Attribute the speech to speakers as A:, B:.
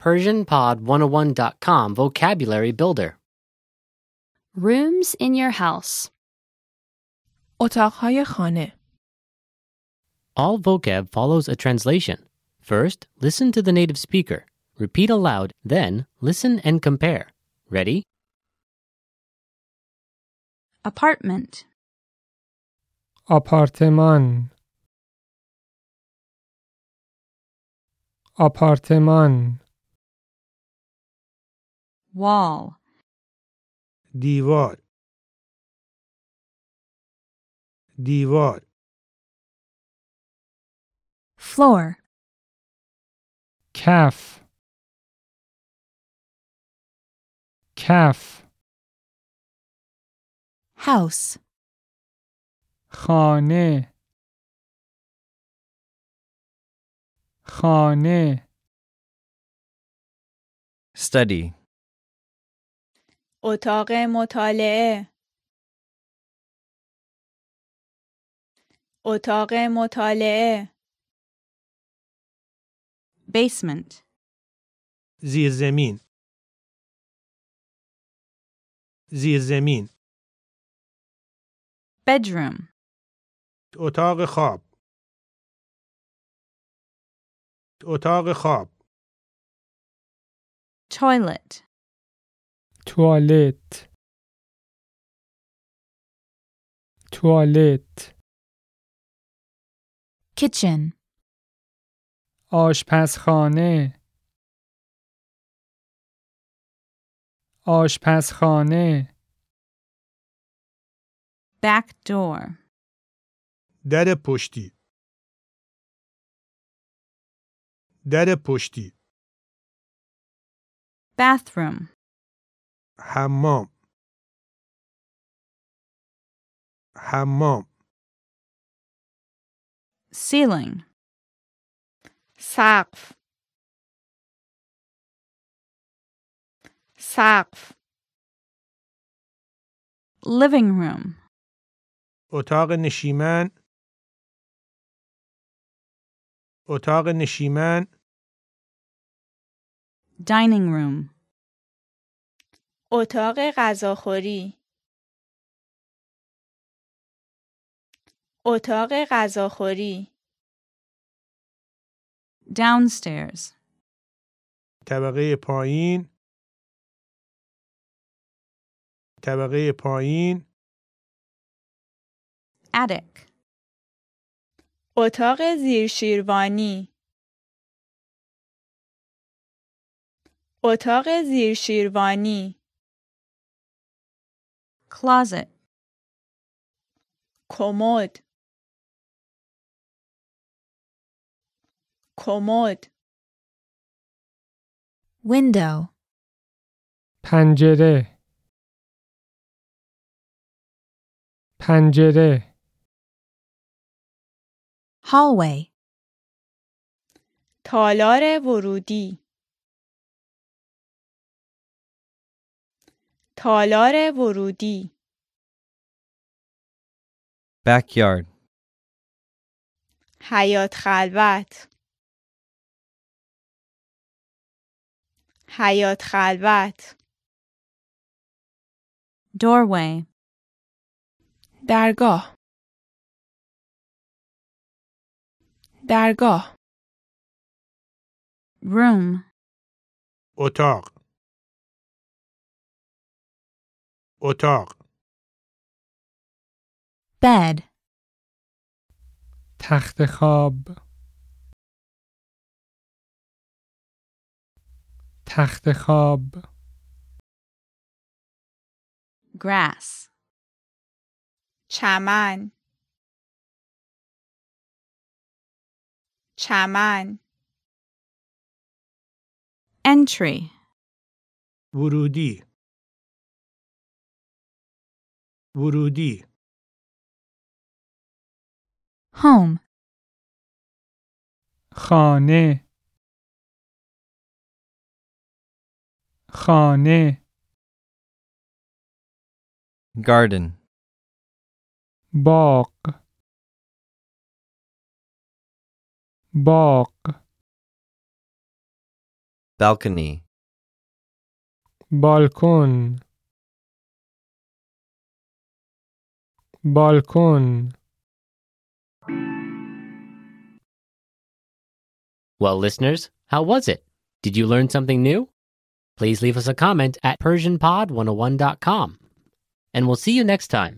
A: PersianPod101.com Vocabulary Builder.
B: Rooms in your house.
C: اتاقهای خانه
A: All vocab follows a translation. First, listen to the native speaker. Repeat aloud, then, listen and compare. Ready?
D: apartment,
E: آپارتمان آپارتمان
D: wall,
F: دیوار دیوار
D: floor,
E: کف کف
D: house,
E: خانه خانه
G: Study.
H: اتاق مطالعه اتاق مطالعه
D: basement,
F: زیر زمین زیر زمین
D: bedroom,
F: اتاق خواب اتاق خواب
D: toilet,
E: توالت توالت
D: kitchen,
E: آشپزخانه آشپزخانه
D: back door,
F: در پشتی در پشتی
D: bathroom,
F: حمام حمام
D: ceiling,
H: سقف سقف
D: living room,
F: اتاق نشیمن اتاق نشیمن
D: dining room,
H: اتاق غذاخوری اتاق غذاخوری
D: downstairs,
F: طبقه پایین طبقه پایین
D: attic,
H: اتاق زیرشیروانی اتاق زیرشیروانی
D: closet,
H: کمد کمد
B: Window.
E: پنجره پنجره
B: Hallway.
H: تالار ورودی تالار ورودی
G: Backyard.
H: حیات خلوت حیات خلوت
D: doorway,
C: درگاه درگاه
D: room,
F: اتاق اتاق
B: Bed.
E: تخت خواب تخت خواب
D: grass,
H: چمن چمن
D: entry,
F: ورودی ورودی
B: Home.
E: خانه خانه
G: Garden.
E: باغ باغ
G: balcony,
E: بالکن بالکن
A: Well, listeners, how was it? Did you learn something new? oh Please leave us a comment at PersianPod101.com. And we'll see you next time.